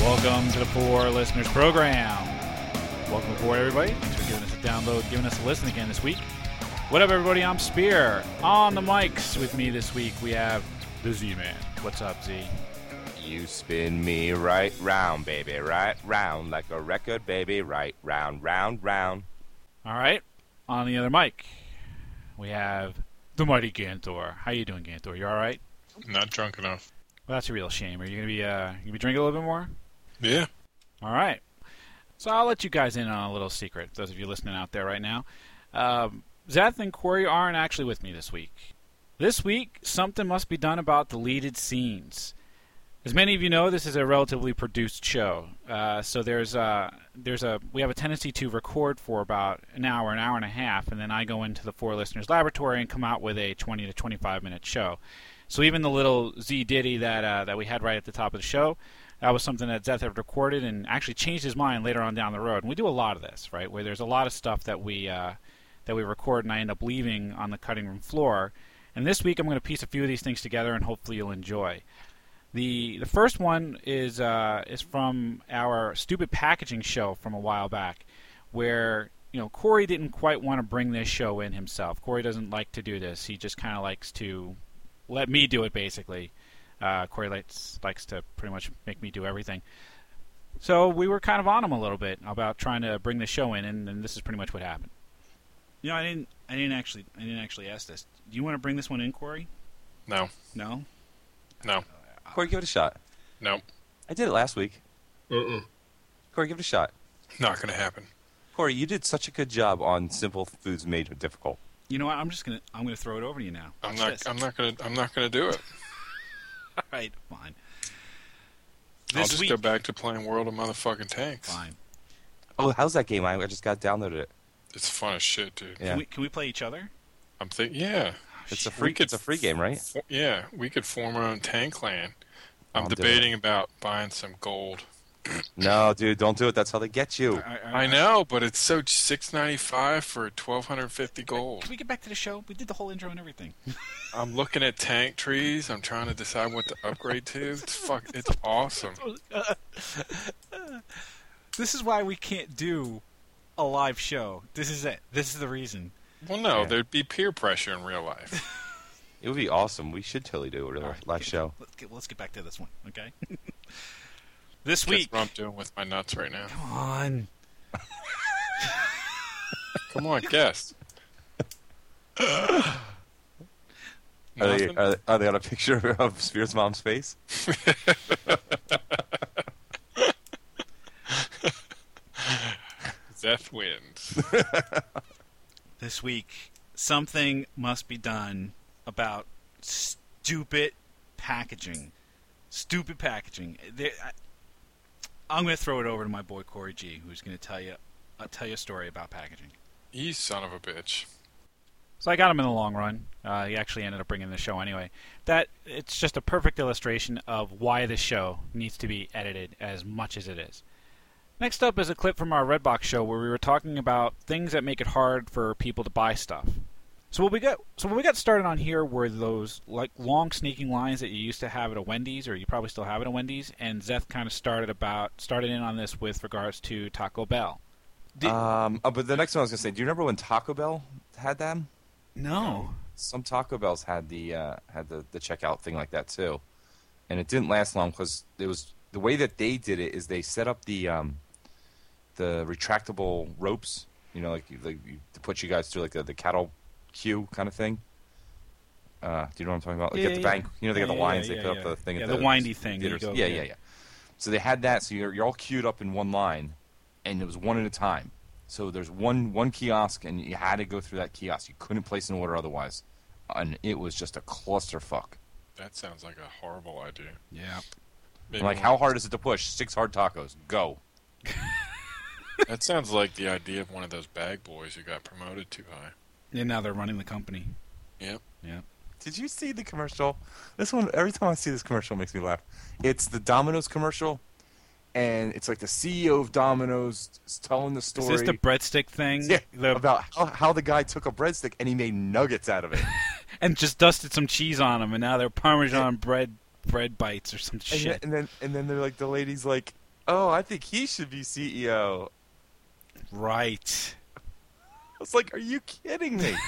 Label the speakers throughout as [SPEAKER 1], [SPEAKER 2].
[SPEAKER 1] welcome to the Four Listeners Program. Welcome aboard, everybody. Thanks for giving us a download, giving us a listen again this week. What up, everybody? I'm Spear. On the mics with me this week, we have the Z Man. What's up, Z?
[SPEAKER 2] You spin me right round, baby, right round, like a record, baby, right round, round, round.
[SPEAKER 1] All right. On the other mic, we have the mighty Gantor. How you doing, Gantor? You all right?
[SPEAKER 3] Not drunk enough.
[SPEAKER 1] Well, that's a real shame. Are you gonna be uh, you gonna be drinking a little bit more?
[SPEAKER 3] Yeah.
[SPEAKER 1] All right. So I'll let you guys in on a little secret, those of you listening out there right now. Um, Zath and Corey aren't actually with me this week. This week, something must be done about deleted scenes. As many of you know, this is a relatively produced show, uh, so there's uh, there's a we have a tendency to record for about an hour, an hour and a half, and then I go into the four listeners laboratory and come out with a 20 to 25 minute show. So even the little Z ditty that uh, that we had right at the top of the show, that was something that Zeth had recorded and actually changed his mind later on down the road. And we do a lot of this, right? Where there's a lot of stuff that we uh, that we record and I end up leaving on the cutting room floor. And this week I'm going to piece a few of these things together and hopefully you'll enjoy. The the first one is uh, is from our stupid packaging show from a while back, where you know Corey didn't quite want to bring this show in himself. Corey doesn't like to do this. He just kind of likes to let me do it basically. Uh, Corey likes, likes to pretty much make me do everything. So we were kind of on him a little bit about trying to bring the show in, and, and this is pretty much what happened. You know, I didn't, I didn't actually, I didn't actually ask this. Do you want to bring this one in, Corey?
[SPEAKER 3] No.
[SPEAKER 1] No.
[SPEAKER 3] No.
[SPEAKER 2] Corey, give it a shot.
[SPEAKER 3] No.
[SPEAKER 2] I did it last week.
[SPEAKER 3] Mm-mm.
[SPEAKER 2] Corey, give it a shot.
[SPEAKER 3] Not gonna happen.
[SPEAKER 2] Corey, you did such a good job on Simple Foods Made Difficult.
[SPEAKER 1] You know what? I'm just gonna, I'm gonna throw it over to you now.
[SPEAKER 3] I'm
[SPEAKER 1] Watch
[SPEAKER 3] not.
[SPEAKER 1] this.
[SPEAKER 3] I'm not gonna. I'm not gonna do it.
[SPEAKER 1] All right, fine,
[SPEAKER 3] I'll
[SPEAKER 1] This
[SPEAKER 3] just
[SPEAKER 1] week-
[SPEAKER 3] go back to playing World of Motherfucking Tanks.
[SPEAKER 1] fine.
[SPEAKER 2] Oh, how's that game? I, I just got downloaded it.
[SPEAKER 3] It's fun as shit, dude.
[SPEAKER 2] Yeah.
[SPEAKER 1] Can we, can we play each other? Oh,
[SPEAKER 3] I'm thinking. Yeah.
[SPEAKER 2] It's a
[SPEAKER 1] Shit.
[SPEAKER 2] free.
[SPEAKER 3] could-
[SPEAKER 2] It's a free game, right?
[SPEAKER 3] Fo- yeah. We could form our own tank clan. I'm
[SPEAKER 2] I'll do it.
[SPEAKER 3] debating about buying some gold.
[SPEAKER 2] No, dude, don't do it. That's how they get you.
[SPEAKER 1] All right, all
[SPEAKER 3] I
[SPEAKER 1] right.
[SPEAKER 3] know, but it's so six ninety five for twelve hundred fifty
[SPEAKER 1] Can
[SPEAKER 3] gold.
[SPEAKER 1] we get back to the show? We did the whole intro and everything.
[SPEAKER 3] I'm looking at tank trees. I'm trying to decide what to upgrade to. It's fuck. It's awesome.
[SPEAKER 1] this is why we can't do a live show. This is it. This is the reason.
[SPEAKER 3] Well, no,
[SPEAKER 2] Yeah.
[SPEAKER 3] there'd be peer pressure in real life.
[SPEAKER 2] It would be awesome. We should totally do a real
[SPEAKER 1] All
[SPEAKER 3] Oh,
[SPEAKER 1] right,
[SPEAKER 2] live
[SPEAKER 1] get-
[SPEAKER 2] show.
[SPEAKER 1] Let's get, let's get back to this one, okay? this
[SPEAKER 3] That's
[SPEAKER 1] week.
[SPEAKER 3] what I'm doing with my nuts right now.
[SPEAKER 1] Come on.
[SPEAKER 3] Come on, guess.
[SPEAKER 2] Are they, uh,
[SPEAKER 3] Nothing?
[SPEAKER 2] are, they, are they on a picture of Spears' mom's face?
[SPEAKER 3] Zeth wins.
[SPEAKER 1] This week, something must be done about stupid packaging. Stupid packaging. There, I, I'm going to throw it over to my boy Corey G, who's going to tell you, uh, tell you a story about packaging.
[SPEAKER 3] you son of a bitch.
[SPEAKER 1] So I got him in the long run. Uh, he actually ended up bringing the show anyway. That it's just a perfect illustration of why this show needs to be edited as much as it is. Next up is a clip from our Redbox show where we were talking about things that make it hard for people to buy stuff. So what we got so what we got started on here were those like long sneaking lines that you used to have at a Wendy's or you probably still have at a Wendy's and Zeth kind of started about started in on this with regards to Taco Bell. Did-
[SPEAKER 2] Um, oh, but the next one I was gonna say, do you remember when Taco Bell had them?
[SPEAKER 1] no.
[SPEAKER 2] Some Taco Bells had the uh, had the, the checkout thing like that too, and it didn't last long because it was the way that they did it is they set up the um, the retractable ropes, you know, like, you- like you, to put you guys through like the, the cattle queue kind of thing. Uh, do you know what I'm talking about? Like
[SPEAKER 1] Yeah,
[SPEAKER 2] at the
[SPEAKER 1] yeah,
[SPEAKER 2] bank, you know, they
[SPEAKER 1] Yeah,
[SPEAKER 2] got the
[SPEAKER 1] yeah,
[SPEAKER 2] lines,
[SPEAKER 1] yeah,
[SPEAKER 2] they
[SPEAKER 1] yeah,
[SPEAKER 2] put
[SPEAKER 1] yeah.
[SPEAKER 2] up the thing.
[SPEAKER 1] Yeah,
[SPEAKER 2] at
[SPEAKER 1] the windy thing that you
[SPEAKER 2] theaters.
[SPEAKER 1] go-
[SPEAKER 2] yeah,
[SPEAKER 1] yeah.
[SPEAKER 2] yeah, yeah. So they had that. So you're, you're all queued up in one line, and it was one at a time. So there's one one kiosk, and you had to go through that kiosk. You couldn't place an order otherwise, and it was just a clusterfuck.
[SPEAKER 3] That sounds like a horrible idea.
[SPEAKER 1] Yeah.
[SPEAKER 3] Maybe
[SPEAKER 2] I'm like,
[SPEAKER 3] we'll-
[SPEAKER 2] how hard is it to push? Six hard tacos. Go.
[SPEAKER 3] That sounds like the idea of one of those bag boys who got promoted too high.
[SPEAKER 1] And now they're running the company.
[SPEAKER 3] Yep.
[SPEAKER 2] Did you see the commercial? This one, every time I see this commercial, it makes me laugh. It's the Domino's commercial, and it's like the CEO of Domino's is telling the story.
[SPEAKER 1] Is this the breadstick thing?
[SPEAKER 2] yeah,
[SPEAKER 1] The-
[SPEAKER 2] about how, how the guy took a breadstick and he made nuggets out of it.
[SPEAKER 1] and just dusted some cheese on them, and now they're Parmesan bread bread bites or some
[SPEAKER 2] And,
[SPEAKER 1] shit.
[SPEAKER 2] Then, and then and then they're like the lady's like, oh, I think he should be E CEO.
[SPEAKER 1] Right.
[SPEAKER 2] I was like, are you kidding me?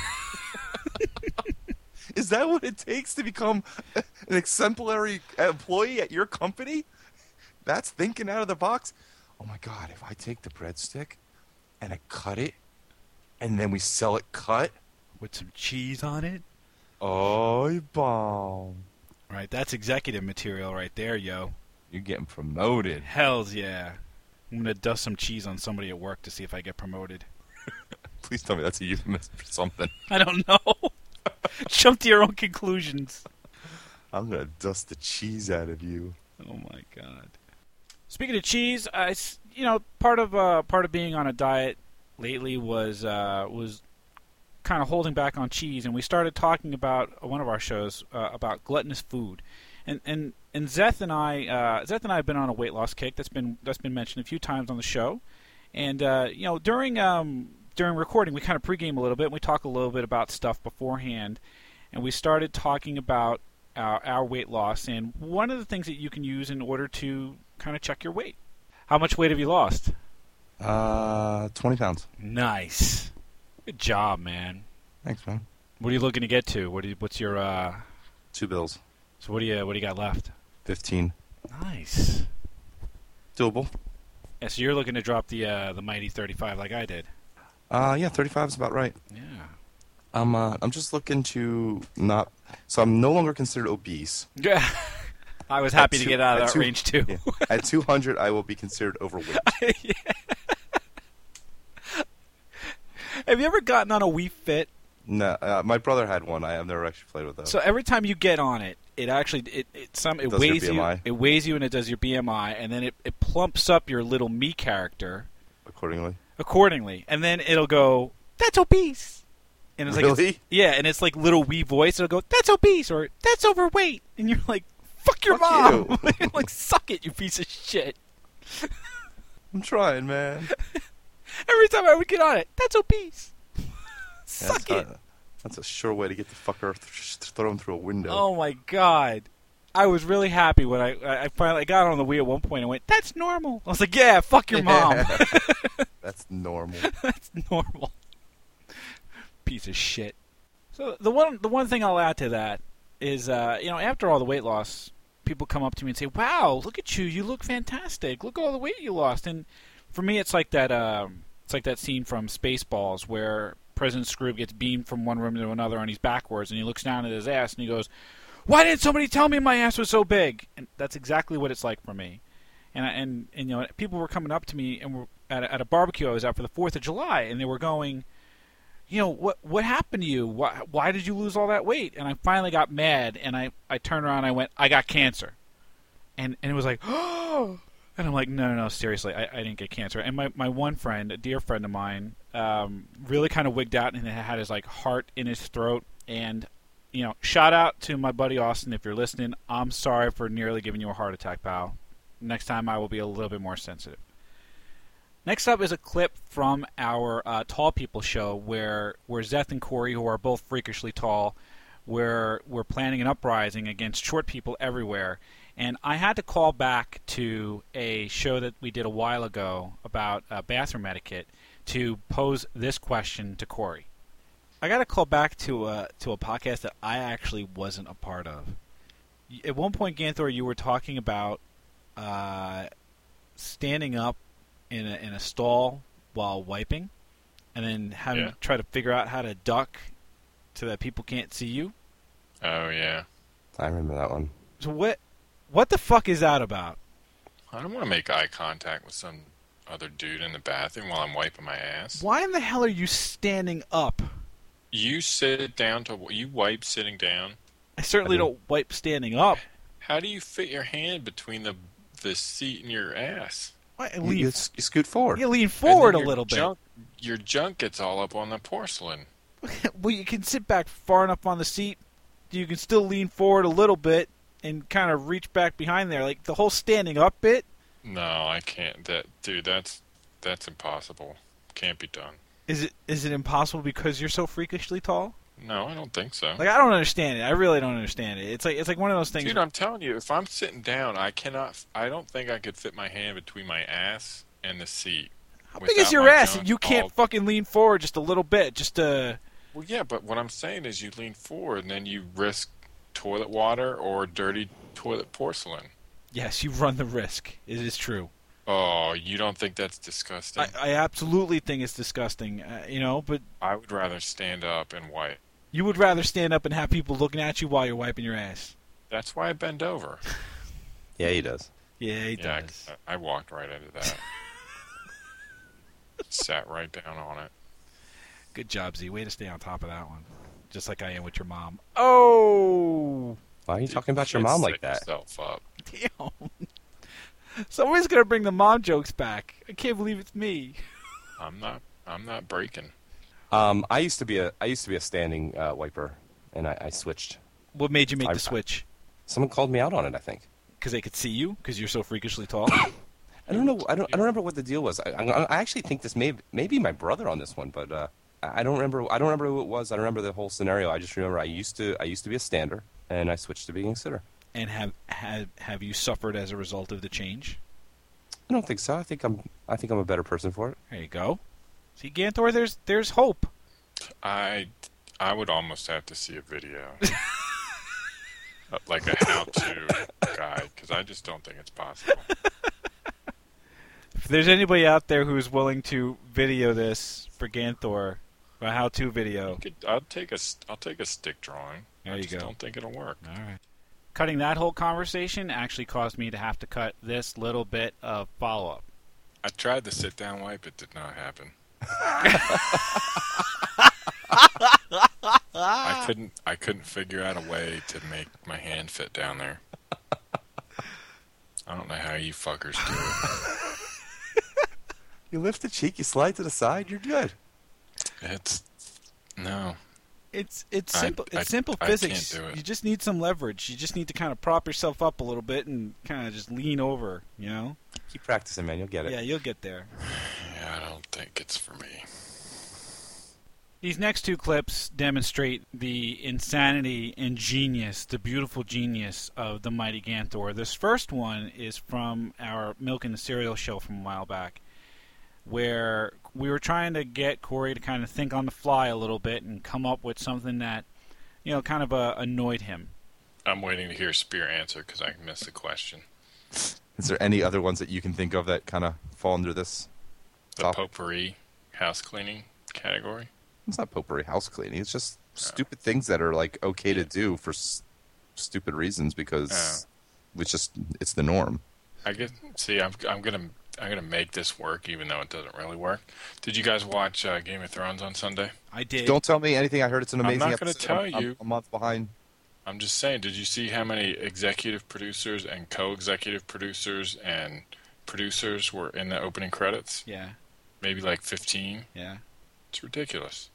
[SPEAKER 2] Is that what it takes to become an exemplary employee at your company? That's thinking out of the box. Oh my God, if I take the breadstick and I cut it and then we sell it cut,
[SPEAKER 1] With some cheese on it.
[SPEAKER 2] oh, bomb.
[SPEAKER 1] Right. That's executive material right there, yo.
[SPEAKER 2] You're getting promoted.
[SPEAKER 1] Hells yeah. I'm gonna dust some cheese on somebody at work to see if I get promoted.
[SPEAKER 2] Please tell me that's a euphemism for something.
[SPEAKER 1] I don't know. Jump to your own conclusions.
[SPEAKER 2] I'm going to dust the cheese out of you.
[SPEAKER 1] Oh my god. Speaking of cheese, I s you know part of uh, part of being on a diet lately was uh, was kind of holding back on cheese, and we started talking about one of our shows uh, about gluttonous food, and and and Zeth and I uh, Zeth and I have been on a weight loss kick that's been that's been mentioned a few times on the show, and uh, you know during um, during recording we kind of pregame a little bit and we talk a little bit about stuff beforehand, and we started talking about our, our weight loss and one of the things that you can use in order to kind of check your weight. How much weight have you lost?
[SPEAKER 2] Uh, 20 pounds.
[SPEAKER 1] Nice. Good job, man.
[SPEAKER 2] Thanks, man.
[SPEAKER 1] What are you looking to get to? What do you, what's your uh
[SPEAKER 2] Two bills.
[SPEAKER 1] so what do you what do you got left?
[SPEAKER 2] 15.
[SPEAKER 1] Nice.
[SPEAKER 2] Doable.
[SPEAKER 1] Yeah, so you're looking to drop the uh, the mighty 35 like I did.
[SPEAKER 2] Uh, yeah, 35 is about right.
[SPEAKER 1] Yeah.
[SPEAKER 2] I'm uh, I'm just looking to not. So I'm no longer considered obese.
[SPEAKER 1] Yeah. I was happy
[SPEAKER 2] At
[SPEAKER 1] to
[SPEAKER 2] two-
[SPEAKER 1] get out of
[SPEAKER 2] at
[SPEAKER 1] that
[SPEAKER 2] two-
[SPEAKER 1] range too.
[SPEAKER 2] Yeah. At 200, I will be considered overweight.
[SPEAKER 1] Have you ever gotten on a Wii Fit?
[SPEAKER 2] no, uh, my brother had one. I have never actually played with that.
[SPEAKER 1] So every time you get on it, it actually it, it some it
[SPEAKER 2] Does your
[SPEAKER 1] weighs you
[SPEAKER 2] BMI.
[SPEAKER 1] it weighs you and it does your BMI and then it, it plumps up your little me character
[SPEAKER 2] accordingly,
[SPEAKER 1] accordingly, and then it'll go, "That's obese," and it's like,
[SPEAKER 2] Really?
[SPEAKER 1] it's- yeah, and it's like little wee voice. It'll go, "That's obese," or "That's overweight," and you're like, "Fuck your
[SPEAKER 2] Fuck
[SPEAKER 1] mom!"
[SPEAKER 2] you.
[SPEAKER 1] You're like, suck it, you piece of shit.
[SPEAKER 2] I'm trying, man.
[SPEAKER 1] Every time I would get on it, that's obese. suck it.
[SPEAKER 2] that's, A, that's a sure way to get the fucker th- th- thrown through a window.
[SPEAKER 1] Oh my god. I was really happy when I I I finally I got on the Wii at one point and went, "That's normal." I was like, "Yeah, fuck your mom.
[SPEAKER 2] that's normal.
[SPEAKER 1] That's normal." Piece of shit. So the one the one thing I'll add to that is uh, you know after all the weight loss, people come up to me and say, "Wow, look at you! You look fantastic! Look at all the weight you lost!" And for me, it's like that um, it's like that scene from Spaceballs where President Scrooge gets beamed from one room to another and he's backwards and he looks down at his ass and he goes, "Why didn't somebody tell me my ass was so big?" And that's exactly what it's like for me. And I, and and you know people were coming up to me and were at a, at a barbecue I was at for the Fourth of July and they were going you know what what happened to you why, why did you lose all that weight and i finally got mad and i i turned around and i went i got cancer and and it was like oh and i'm like no no no seriously i, I didn't get cancer and my, my one friend a dear friend of mine um, really kind of wigged out and had his like heart in his throat and you know shout out to my buddy austin if you're listening i'm sorry for nearly giving you a heart attack pal next time i will be a little bit more sensitive Next up is a clip from our uh, Tall People show where where Zeth and Corey, who are both freakishly tall, were were planning an uprising against short people everywhere. And I had to call back to a show that we did a while ago about uh, bathroom etiquette to pose this question to Corey. I got to call back to a to a podcast that I actually wasn't a part of. Y- At one point, Ganthor, you were talking about uh, standing up in a, in a stall while wiping, and then having
[SPEAKER 3] Yeah.
[SPEAKER 1] to try to figure out how to duck so that people can't see you.
[SPEAKER 3] Oh yeah.
[SPEAKER 2] I remember that one.
[SPEAKER 1] So what what the fuck is that about?
[SPEAKER 3] I don't want to make eye contact with some other dude in the bathroom while I'm wiping my ass.
[SPEAKER 1] Why in the hell are you standing up?
[SPEAKER 3] You sit down to you wipe sitting down.
[SPEAKER 1] I certainly
[SPEAKER 2] I do.
[SPEAKER 1] don't wipe standing up.
[SPEAKER 3] How do you fit your hand between the the seat and your ass?
[SPEAKER 1] Why, I
[SPEAKER 2] You, you,
[SPEAKER 1] lean,
[SPEAKER 2] s- you scoot forward.
[SPEAKER 1] you lean
[SPEAKER 3] And then
[SPEAKER 1] forward a
[SPEAKER 3] your
[SPEAKER 1] little bit.
[SPEAKER 3] junk- Your junk gets all up on the porcelain.
[SPEAKER 1] well, you can sit back far enough on the seat. You can still lean forward a little bit and kind of reach back behind there. Like the whole standing up bit
[SPEAKER 3] No, I can't. That dude, that's that's impossible. Can't be done.
[SPEAKER 1] is it is it impossible because you're so freakishly tall?
[SPEAKER 3] No, I don't think so.
[SPEAKER 1] Like I don't understand it. I really don't understand it. It's like it's like one of those things.
[SPEAKER 3] Dude, I'm telling you, if I'm sitting down, I cannot. I don't think I could fit my hand between my ass and the seat.
[SPEAKER 1] how big is
[SPEAKER 3] without Oh.
[SPEAKER 1] your
[SPEAKER 3] my
[SPEAKER 1] ass?
[SPEAKER 3] junk
[SPEAKER 1] You can't
[SPEAKER 3] all-
[SPEAKER 1] fucking lean forward just a little bit, just to.
[SPEAKER 3] Well, yeah, but what I'm saying is, you lean forward and then you risk toilet water or dirty toilet porcelain.
[SPEAKER 1] Yes, you run the risk. It is true.
[SPEAKER 3] Oh, you don't think that's disgusting?
[SPEAKER 1] I, uh I absolutely think it's disgusting. Uh, you know, but
[SPEAKER 3] I would rather stand up and wipe.
[SPEAKER 1] you would rather stand up and have people looking at you while you're wiping your ass.
[SPEAKER 3] That's why I bend over.
[SPEAKER 2] Yeah, he does.
[SPEAKER 1] Yeah, he
[SPEAKER 3] yeah,
[SPEAKER 1] does.
[SPEAKER 3] I, I walked right into that. Sat right down on it.
[SPEAKER 1] Good job, Z. Way to stay on top of that one. Just like I am with your mom. Oh,
[SPEAKER 2] Why are you talking about your
[SPEAKER 3] Kid
[SPEAKER 2] mom
[SPEAKER 3] set
[SPEAKER 2] like that?
[SPEAKER 3] Yourself up.
[SPEAKER 1] damn. Somebody's gonna bring the mom jokes back. I can't believe it's me.
[SPEAKER 3] I'm not. I'm not breaking.
[SPEAKER 2] Um, I used to be a I used to be a standing uh, wiper, and I, I switched.
[SPEAKER 1] What made you make
[SPEAKER 2] I-
[SPEAKER 1] the switch?
[SPEAKER 2] Someone called me out on it. I think.
[SPEAKER 1] Because they could see you? Because you're so freakishly tall?
[SPEAKER 2] I don't know. I don't. I don't remember what the deal was. I, I, I actually think this may maybe my brother on this one, but uh, I I don't remember. I don't remember who it was. I don't remember the whole scenario. I just remember I used to. I used to be a stander, and I switched to being a sitter.
[SPEAKER 1] and have, have have you suffered as a result of the change?
[SPEAKER 2] I don't think so. I think I'm. I think I'm a better person for it.
[SPEAKER 1] There you go. See, Gantor, there's there's hope.
[SPEAKER 3] I. I would almost have to see a video, Uh, like a how-to guide, because I just don't think it's possible.
[SPEAKER 1] If there's anybody out there who's willing to video this for Gantor, a how-to video,
[SPEAKER 3] Could, I'll take a. s- I'll take a stick drawing.
[SPEAKER 1] there
[SPEAKER 3] I
[SPEAKER 1] you
[SPEAKER 3] just
[SPEAKER 1] go.
[SPEAKER 3] don't think it'll work.
[SPEAKER 1] All right. Cutting that whole conversation actually caused me to have to cut this little bit of follow-up.
[SPEAKER 3] I tried to sit down wipe. It did not happen. I couldn't. I couldn't figure out a way to make my hand fit down there. I don't know how you fuckers do it.
[SPEAKER 2] You lift the cheek. You slide to the side. You're good.
[SPEAKER 3] It's no.
[SPEAKER 1] It's it's
[SPEAKER 3] I-
[SPEAKER 1] simple.
[SPEAKER 3] I-
[SPEAKER 1] it's simple
[SPEAKER 3] I can't
[SPEAKER 1] physics.
[SPEAKER 3] do it.
[SPEAKER 1] You just need some leverage. You just need to kind of prop yourself up a little bit and kind of just lean over. You know?
[SPEAKER 2] Keep practicing, man. You'll get it.
[SPEAKER 1] Yeah, you'll get there.
[SPEAKER 3] Yeah, I don't think it's for me.
[SPEAKER 1] These next two clips demonstrate the insanity and genius, the beautiful genius of the mighty Ganthor. This first one is from our Milk and the Cereal show from a while back, where we were trying to get Corey to kind of think on the fly a little bit and come up with something that, you know, kind of uh, annoyed him.
[SPEAKER 3] I'm waiting to hear Spear answer because I missed the question.
[SPEAKER 2] Is there any other ones that you can think of that kind of fall under this?
[SPEAKER 3] The
[SPEAKER 2] Top.
[SPEAKER 3] potpourri house cleaning category.
[SPEAKER 2] It's not potpourri house cleaning. It's just stupid things that are like okay to do for s- stupid reasons because it's just it's the norm.
[SPEAKER 3] I guess. See, I'm I'm gonna I'm gonna make this work, even though it doesn't really work. Did you guys watch uh, Game of Thrones on Sunday?
[SPEAKER 1] I did.
[SPEAKER 2] Don't tell me anything. I heard it's an
[SPEAKER 3] I'm
[SPEAKER 2] amazing.
[SPEAKER 3] not gonna
[SPEAKER 2] episode.
[SPEAKER 3] tell
[SPEAKER 2] I'm- I'm
[SPEAKER 3] you.
[SPEAKER 2] a month behind.
[SPEAKER 3] I'm just saying. Did you see how many executive producers and co-executive producers and producers were in the opening credits?
[SPEAKER 1] Yeah,
[SPEAKER 3] Maybe like 15.
[SPEAKER 1] yeah.
[SPEAKER 3] It's ridiculous.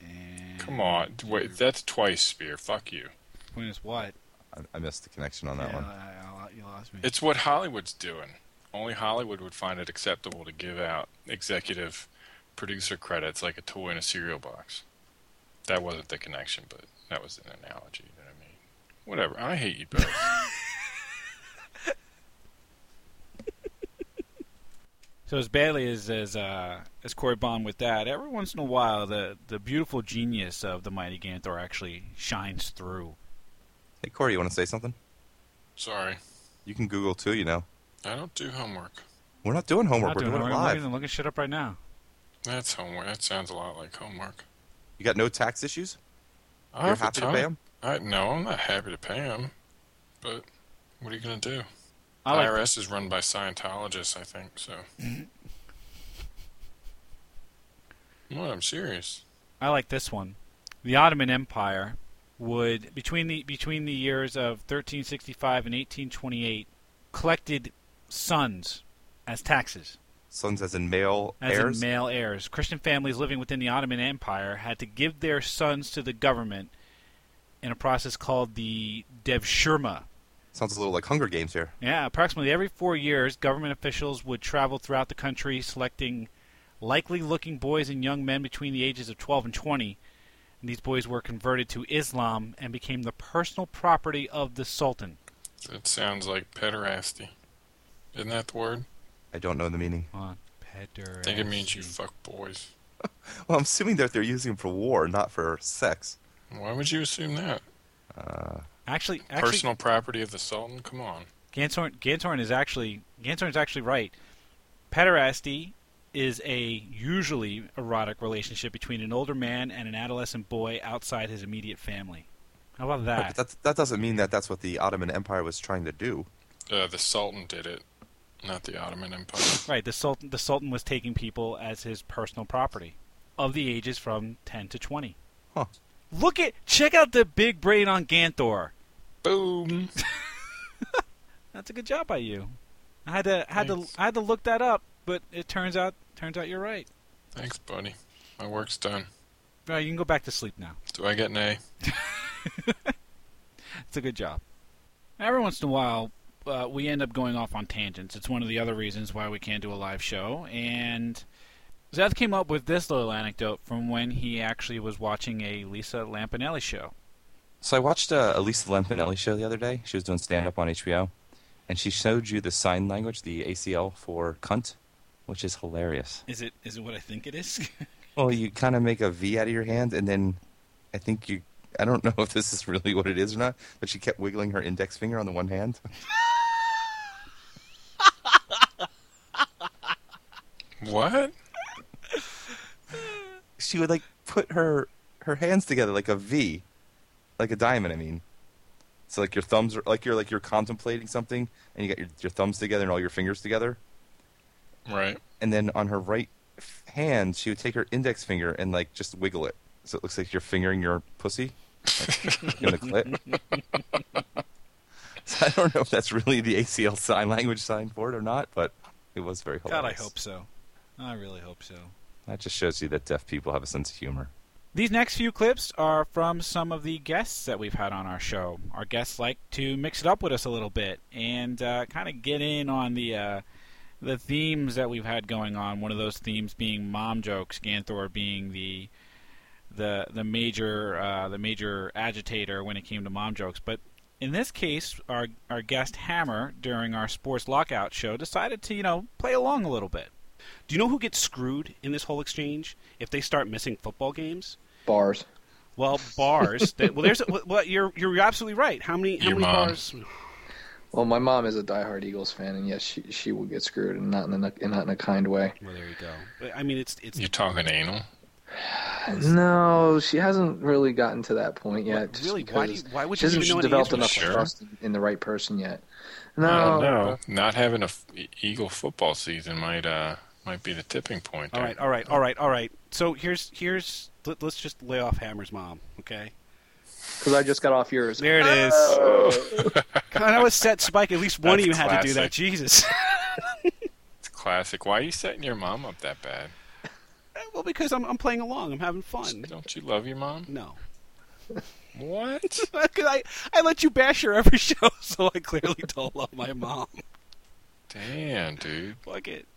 [SPEAKER 1] And
[SPEAKER 3] Come on, wait. That's twice, Spear. Fuck you.
[SPEAKER 1] Point is what?
[SPEAKER 2] I, I missed the connection on that
[SPEAKER 1] yeah,
[SPEAKER 2] one.
[SPEAKER 1] I- I- you lost me.
[SPEAKER 3] It's what Hollywood's doing. Only Hollywood would find it acceptable to give out executive producer credits like a toy in a cereal box. That wasn't the connection, but that was an analogy. You know what I mean? Whatever. I hate you both.
[SPEAKER 1] So as badly as as uh, as Corey Bond with that, every once in a while the the beautiful genius of the mighty Ganthor actually shines through.
[SPEAKER 2] Hey Corey, you want to say something?
[SPEAKER 3] Sorry.
[SPEAKER 2] You can Google too. You know,
[SPEAKER 3] I don't do homework.
[SPEAKER 2] we're not doing homework.
[SPEAKER 1] Not
[SPEAKER 2] we're
[SPEAKER 1] doing
[SPEAKER 2] doing,
[SPEAKER 1] homework,
[SPEAKER 2] it
[SPEAKER 1] I'm
[SPEAKER 2] live.
[SPEAKER 1] looking- I'm looking shit up right now.
[SPEAKER 3] That's homework. That sounds a lot like homework.
[SPEAKER 2] You got no tax issues.
[SPEAKER 3] I
[SPEAKER 2] You're
[SPEAKER 3] have a
[SPEAKER 2] happy to
[SPEAKER 3] ton-
[SPEAKER 2] pay them.
[SPEAKER 3] I, no, I'm not happy to pay him. But what are you going to do?
[SPEAKER 1] I like Mm-hmm.
[SPEAKER 3] IRS is run by Scientologists, I think, so. no, I'm serious.
[SPEAKER 1] I like this one. The Ottoman Empire would between the between the years of 1365 and 1828 collected sons as taxes.
[SPEAKER 2] Sons as in male
[SPEAKER 1] As
[SPEAKER 2] heirs.
[SPEAKER 1] in male heirs, Christian families living within the Ottoman Empire had to give their sons to the government in a process called the Devshirma.
[SPEAKER 2] Sounds a little like Hunger Games here.
[SPEAKER 1] Yeah, approximately every four years, government officials would travel throughout the country selecting likely looking boys and young men between the ages of 12 and 20 and these boys were converted to Islam and became the personal property of the Sultan.
[SPEAKER 3] It sounds like pederasty. Isn't that the word?
[SPEAKER 4] I don't know the meaning.
[SPEAKER 1] Hold on.
[SPEAKER 3] I think it means you fuck boys.
[SPEAKER 4] Well, I'm assuming that they're using it for war, not for sex.
[SPEAKER 3] Why would you assume that?
[SPEAKER 4] Uh,
[SPEAKER 1] Actually, actually,
[SPEAKER 3] Personal property of the Sultan? Come on.
[SPEAKER 1] Gantorn, Gantorn is actually Gantorn is actually right. Pederasty is a usually erotic relationship between an older man and an adolescent boy outside his immediate family. How about
[SPEAKER 4] right, but
[SPEAKER 1] that?
[SPEAKER 4] that, that doesn't mean that that's what the Ottoman Empire was trying to do.
[SPEAKER 3] Uh, the Sultan did it, not the Ottoman Empire.
[SPEAKER 1] Right, the sultan the sultan was taking people as his personal property of the ages from 10 to 20.
[SPEAKER 4] Huh.
[SPEAKER 1] Look at check out the big brain on Gantor.
[SPEAKER 3] Boom.
[SPEAKER 1] That's a good job by you. I had to had
[SPEAKER 3] Thanks.
[SPEAKER 1] to I had to look that up, but it turns out turns out you're right.
[SPEAKER 3] Thanks, buddy. My work's done.
[SPEAKER 1] All right, you can go back to sleep now.
[SPEAKER 3] Do I get an A?
[SPEAKER 1] It's a good job. Every once in a while, uh, we end up going off on tangents. It's one of the other reasons why we can't do a live show. And Zeth came up with this little anecdote from when he actually was watching a Lisa Lampanelli show.
[SPEAKER 4] So I watched uh, Elisa Lampanelli show the other day. She was doing stand up on HBO, and she showed you the sign language, the ACL for cunt, which is hilarious.
[SPEAKER 1] Is it is it what I think it is?
[SPEAKER 4] Well, Oh, you kind of make a V out of your hand, and then I think you. I don't know if this is really what it is or not, but she kept wiggling her index finger on the one hand.
[SPEAKER 3] What?
[SPEAKER 4] She would like put her her hands together like a V, like a diamond. I mean, so like your thumbs are like you're like you're contemplating something, and you got your your thumbs together and all your fingers together.
[SPEAKER 3] Right.
[SPEAKER 4] and then on her right f- hand, she would take her index finger and like just wiggle it, so it looks like you're fingering your pussy like, in the clit. so I don't know if that's really the ACL sign language sign for it or not, but it was very hilarious.
[SPEAKER 1] God, I hope so. I really hope so.
[SPEAKER 4] that just shows you that deaf people have a sense of humor.
[SPEAKER 1] These next few clips are from some of the guests that we've had on our show. Our guests like to mix it up with us a little bit and uh, kind of get in on the uh, the themes that we've had going on. One of those themes being mom jokes, Ganthor being the the the major uh, the major agitator when it came to mom jokes. But in this case, our our guest Hammer during our sports lockout show decided to you know play along a little bit.
[SPEAKER 5] Do you know who gets screwed in this whole exchange if they start missing football games?
[SPEAKER 6] Bars.
[SPEAKER 5] Well, bars. that, well, there's. Well, you're you're absolutely right. How many how
[SPEAKER 3] Your
[SPEAKER 5] many
[SPEAKER 3] mom.
[SPEAKER 5] bars?
[SPEAKER 6] Well, my mom is a diehard Eagles fan, and yes, she she will get screwed, and not in a and not in a kind way.
[SPEAKER 5] Well, there you go. I mean, it's it's
[SPEAKER 3] You talking anal?
[SPEAKER 6] No, she hasn't really gotten to that point yet. just
[SPEAKER 5] really. Why do you,
[SPEAKER 6] because
[SPEAKER 5] why would
[SPEAKER 6] she
[SPEAKER 5] you
[SPEAKER 6] hasn't
[SPEAKER 5] even know
[SPEAKER 6] developed
[SPEAKER 5] any
[SPEAKER 6] enough
[SPEAKER 5] answers?
[SPEAKER 3] Sure.
[SPEAKER 6] trust in, in the right person yet.
[SPEAKER 5] Uh,
[SPEAKER 3] I
[SPEAKER 6] No,
[SPEAKER 3] don't know. Not having a f- e, Eagle football season might uh might be the tipping point.
[SPEAKER 5] All
[SPEAKER 3] there.
[SPEAKER 5] right, all right, all right, all right. So here's here's let, let's just lay off Hammer's mom, okay?
[SPEAKER 6] because I just got off yours.
[SPEAKER 5] There it is. God, I was set, Spike. At least one of
[SPEAKER 3] Oh. That's
[SPEAKER 5] you had to do that.
[SPEAKER 3] classic.
[SPEAKER 5] Jesus.
[SPEAKER 3] It's classic. Why are you setting your mom up that bad?
[SPEAKER 5] well, because I'm I'm playing along. I'm having fun.
[SPEAKER 3] Don't you love your mom?
[SPEAKER 5] No.
[SPEAKER 3] What?
[SPEAKER 5] 'Cause I, I let you bash her every show, so I clearly don't love my mom.
[SPEAKER 3] Damn, dude.
[SPEAKER 5] Fuck it.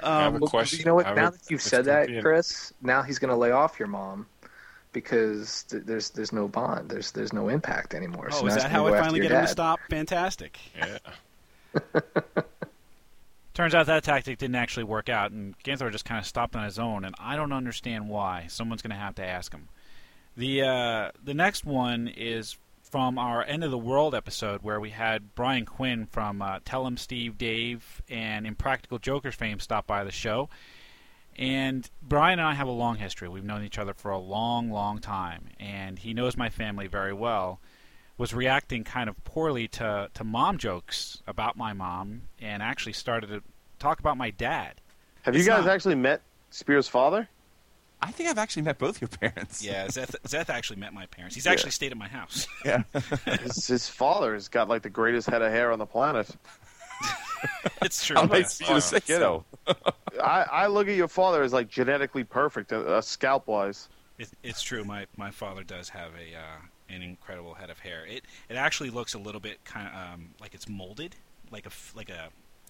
[SPEAKER 3] I have
[SPEAKER 5] Um,
[SPEAKER 3] a
[SPEAKER 6] Well,
[SPEAKER 3] question.
[SPEAKER 6] You know what?
[SPEAKER 3] I
[SPEAKER 6] Now
[SPEAKER 3] would-
[SPEAKER 6] that you've
[SPEAKER 3] it's
[SPEAKER 6] said
[SPEAKER 3] gonna
[SPEAKER 6] that,
[SPEAKER 3] be an-
[SPEAKER 6] Chris, now he's going to lay off your mom because th- there's there's no bond. There's there's no impact anymore.
[SPEAKER 5] oh,
[SPEAKER 6] now
[SPEAKER 5] is
[SPEAKER 6] he's
[SPEAKER 5] that
[SPEAKER 6] gonna
[SPEAKER 5] how
[SPEAKER 6] go
[SPEAKER 5] I
[SPEAKER 6] after
[SPEAKER 5] finally
[SPEAKER 6] your
[SPEAKER 5] get him to
[SPEAKER 6] dad.
[SPEAKER 5] stop? Fantastic.
[SPEAKER 3] Yeah.
[SPEAKER 1] Turns out that tactic didn't actually work out, and Ganthor just kind of stopped on his own, and I don't understand why. Someone's going to have to ask him. The uh, the next one is from our end of the world episode where we had Brian Quinn from uh, Tell Him Steve, Dave, and Impractical Jokers fame stop by the show, and Brian and I have a long history. We've known each other for a long, long time, and he knows my family very well was reacting kind of poorly to, to mom jokes about my mom and actually started to talk about my dad.
[SPEAKER 7] Have
[SPEAKER 1] It's
[SPEAKER 7] you guys
[SPEAKER 1] not-
[SPEAKER 7] actually met Spear's father?
[SPEAKER 4] I think I've actually met both your parents.
[SPEAKER 5] Yeah, Zeth, Zeth actually met my parents. He's
[SPEAKER 7] Yeah.
[SPEAKER 5] actually stayed at my house.
[SPEAKER 4] Yeah.
[SPEAKER 7] his, his father has got like the greatest head of hair on the planet.
[SPEAKER 5] it's true.
[SPEAKER 4] How
[SPEAKER 5] yeah.
[SPEAKER 4] nice of you to say
[SPEAKER 7] Get
[SPEAKER 4] so.
[SPEAKER 7] I, I look at your father as like genetically perfect, uh, uh, scalp wise.
[SPEAKER 5] It, it's true. My my father does have a uh, an incredible head of hair. It it actually looks a little bit kind of um, like it's molded, like a f- like a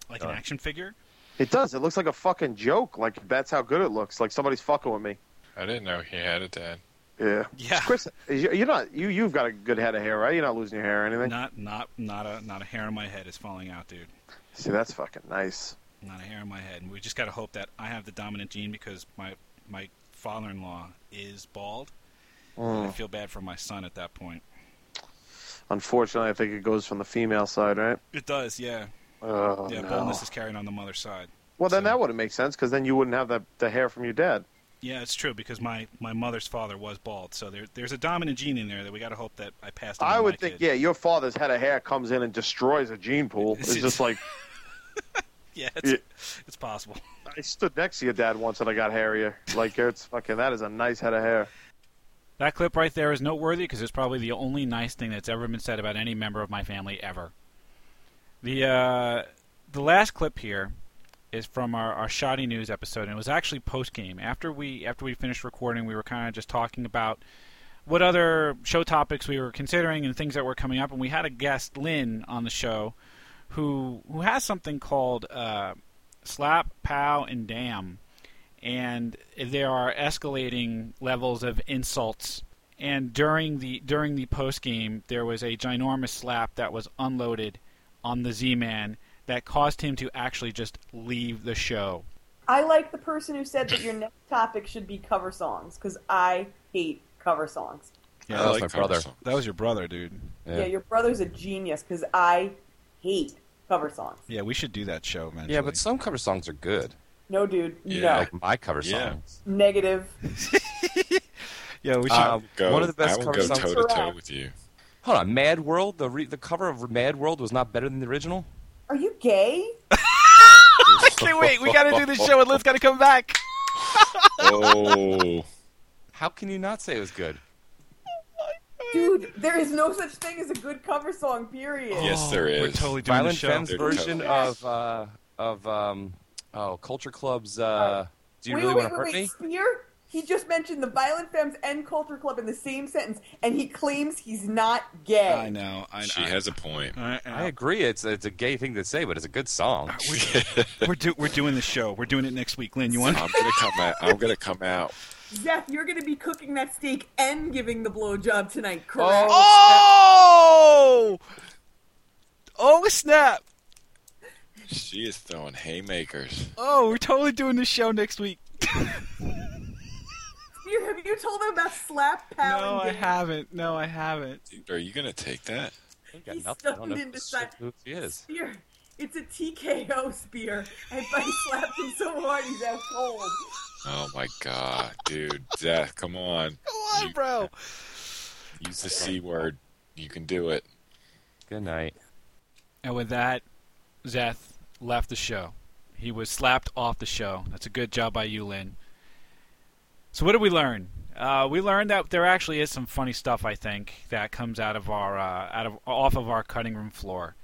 [SPEAKER 5] like an
[SPEAKER 4] Oh.
[SPEAKER 5] action figure.
[SPEAKER 7] It does. It looks like a fucking joke. Like that's how good it looks. Like somebody's fucking with me.
[SPEAKER 3] I didn't know he had a dad.
[SPEAKER 7] Yeah.
[SPEAKER 4] Yeah.
[SPEAKER 7] Chris, is you- you're not you. You've got a good head of hair, right? You're not losing your hair or anything.
[SPEAKER 4] Not not not a not a hair on my head is falling out, dude.
[SPEAKER 7] See, that's fucking nice.
[SPEAKER 4] Not a hair on my head. And we just gotta hope that I have the dominant gene because my my father-in-law is bald. and I
[SPEAKER 7] Mm.
[SPEAKER 4] feel bad for my son at that point.
[SPEAKER 7] Unfortunately, I think it goes from the female side, right?
[SPEAKER 4] It does, yeah.
[SPEAKER 7] Oh,
[SPEAKER 4] yeah,
[SPEAKER 7] no.
[SPEAKER 4] baldness is carried on the mother's side.
[SPEAKER 7] Well, then
[SPEAKER 4] so-
[SPEAKER 7] that wouldn't make sense because then you wouldn't have the, the hair from your dad.
[SPEAKER 4] Yeah, it's true because my, my mother's father was bald, so there there's a dominant gene in there that we got to hope that I passed. on
[SPEAKER 7] I
[SPEAKER 4] to
[SPEAKER 7] would
[SPEAKER 4] my
[SPEAKER 7] think,
[SPEAKER 4] kid.
[SPEAKER 7] yeah, your father's head of hair comes in and destroys a gene pool. It's just like
[SPEAKER 4] yeah, it's, it's possible.
[SPEAKER 7] I stood next to your dad once and I got hairier. Like it's fucking that is a nice head of hair.
[SPEAKER 1] That clip right there is noteworthy because it's probably the only nice thing that's ever been said about any member of my family ever. The uh, the last clip here is from our, our shoddy news episode, and it was actually post game. After we after we finished recording, we were kind of just talking about what other show topics we were considering and things that were coming up, and we had a guest Lynn on the show who who has something called uh, slap, pow, and damn and there are escalating levels of insults. And during the during the post game, there was a ginormous slap that was unloaded on the Z-Man that caused him to actually just leave the show.
[SPEAKER 8] I like the person who said that your next topic should be cover songs because I hate cover songs.
[SPEAKER 1] Yeah,
[SPEAKER 2] that was my
[SPEAKER 3] cover
[SPEAKER 2] brother.
[SPEAKER 3] songs.
[SPEAKER 1] That was your brother, dude.
[SPEAKER 2] Yeah.
[SPEAKER 8] Yeah, your brother's a genius because I hate cover songs.
[SPEAKER 1] Yeah, we should do that show, man.
[SPEAKER 2] Yeah, but some cover songs are good.
[SPEAKER 8] No, dude,
[SPEAKER 3] Yeah.
[SPEAKER 8] no.
[SPEAKER 2] Like my cover
[SPEAKER 3] Yeah.
[SPEAKER 2] songs.
[SPEAKER 8] Negative.
[SPEAKER 1] yeah, we
[SPEAKER 2] Uh,
[SPEAKER 3] Go,
[SPEAKER 2] one of the best
[SPEAKER 3] I will
[SPEAKER 2] cover
[SPEAKER 3] go
[SPEAKER 2] songs.
[SPEAKER 3] toe to toe
[SPEAKER 8] Correct.
[SPEAKER 3] with you.
[SPEAKER 2] Hold on, Mad World. The re- the cover of Mad World was not better than the original.
[SPEAKER 8] Are you gay?
[SPEAKER 1] can't wait. We got to do this show, and Lynn's got to come back.
[SPEAKER 3] Oh,
[SPEAKER 2] How can you not say it was good?
[SPEAKER 8] Dude, there is no such thing as a good cover song, period.
[SPEAKER 3] yes, there is.
[SPEAKER 1] We're totally doing
[SPEAKER 2] Violent
[SPEAKER 1] the show.
[SPEAKER 2] Femme's
[SPEAKER 3] They're
[SPEAKER 2] version
[SPEAKER 3] totally-
[SPEAKER 2] of uh, of um, oh Culture Club's. Uh, do you
[SPEAKER 8] wait,
[SPEAKER 2] really
[SPEAKER 8] wait,
[SPEAKER 2] want to
[SPEAKER 8] wait,
[SPEAKER 2] hurt me?
[SPEAKER 8] wait, Spear? He just mentioned the Violent Femmes and Culture Club in the same sentence, and he claims he's not gay.
[SPEAKER 4] I know. I,
[SPEAKER 3] she
[SPEAKER 4] I,
[SPEAKER 3] has a point.
[SPEAKER 4] I-
[SPEAKER 2] I
[SPEAKER 4] I-
[SPEAKER 2] agree. It's it's a gay thing to say, but it's a good song.
[SPEAKER 4] we're do, we're doing the show. We're doing it next week, Lynn. You want?
[SPEAKER 3] I'm gonna come out. I'm gonna come out.
[SPEAKER 8] Zeth, you're going to be cooking that steak and giving the blowjob tonight, correct?
[SPEAKER 1] Oh! Oh snap!
[SPEAKER 3] She is throwing haymakers.
[SPEAKER 1] Oh, we're totally doing this show next week.
[SPEAKER 8] You, have you told them about slap pal?
[SPEAKER 1] no,
[SPEAKER 8] and
[SPEAKER 1] I
[SPEAKER 8] Dave?
[SPEAKER 1] haven't. No, I haven't.
[SPEAKER 3] Dude, are you gonna take that?
[SPEAKER 2] I got
[SPEAKER 8] He's
[SPEAKER 2] nothing. I don't
[SPEAKER 8] stunned
[SPEAKER 2] know
[SPEAKER 8] and
[SPEAKER 2] who shit-
[SPEAKER 8] decide-
[SPEAKER 2] who he is.
[SPEAKER 8] Spear. It's a TKO spear. I buddy slapped him so hard he's out cold.
[SPEAKER 3] Oh my god, dude, Zach, come on.
[SPEAKER 1] Come on,
[SPEAKER 3] You-
[SPEAKER 1] bro.
[SPEAKER 3] Use the c word. You can do it.
[SPEAKER 2] Good night.
[SPEAKER 1] And with that, Zeth left the show. He was slapped off the show. That's a good job by you, Lynn. So what did we learn? Uh, we learned that there actually is some funny stuff. I think that comes out of our uh, out of off of our cutting room floor.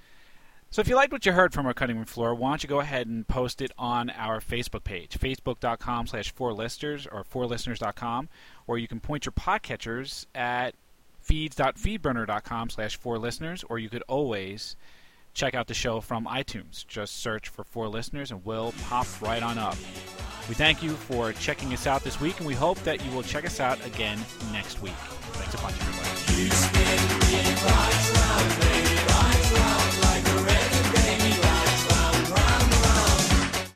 [SPEAKER 1] So if you liked what you heard from our cutting room floor, why don't you go ahead and post it on our Facebook page, facebook.com slash four listers or fourlisteners.com, or you can point your podcatchers at feeds.feedburner.com slash four listeners, or you could always check out the show from iTunes. Just search for Four Listeners and we'll pop right on up. We thank you for checking us out this week, and we hope that you will check us out again next week. Thanks a bunch, everybody.
[SPEAKER 9] You spin in my